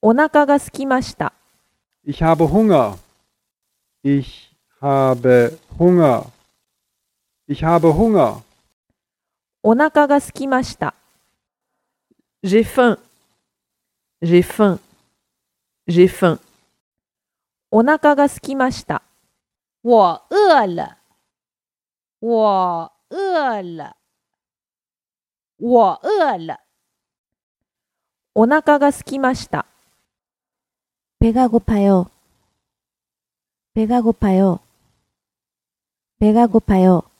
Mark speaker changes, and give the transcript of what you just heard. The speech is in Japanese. Speaker 1: お腹が空きました。
Speaker 2: Ich habe Hunger. Ich habe Hunger. Ich habe Hunger.
Speaker 1: お腹が空きました。
Speaker 3: J'ai faim. J'ai faim. J'ai faim.
Speaker 1: お腹が空きました。
Speaker 4: 我饿了，我饿了，我饿了。
Speaker 1: お腹が空きました。
Speaker 5: 배가 고파요. 배가 고파요. 배가 고파요.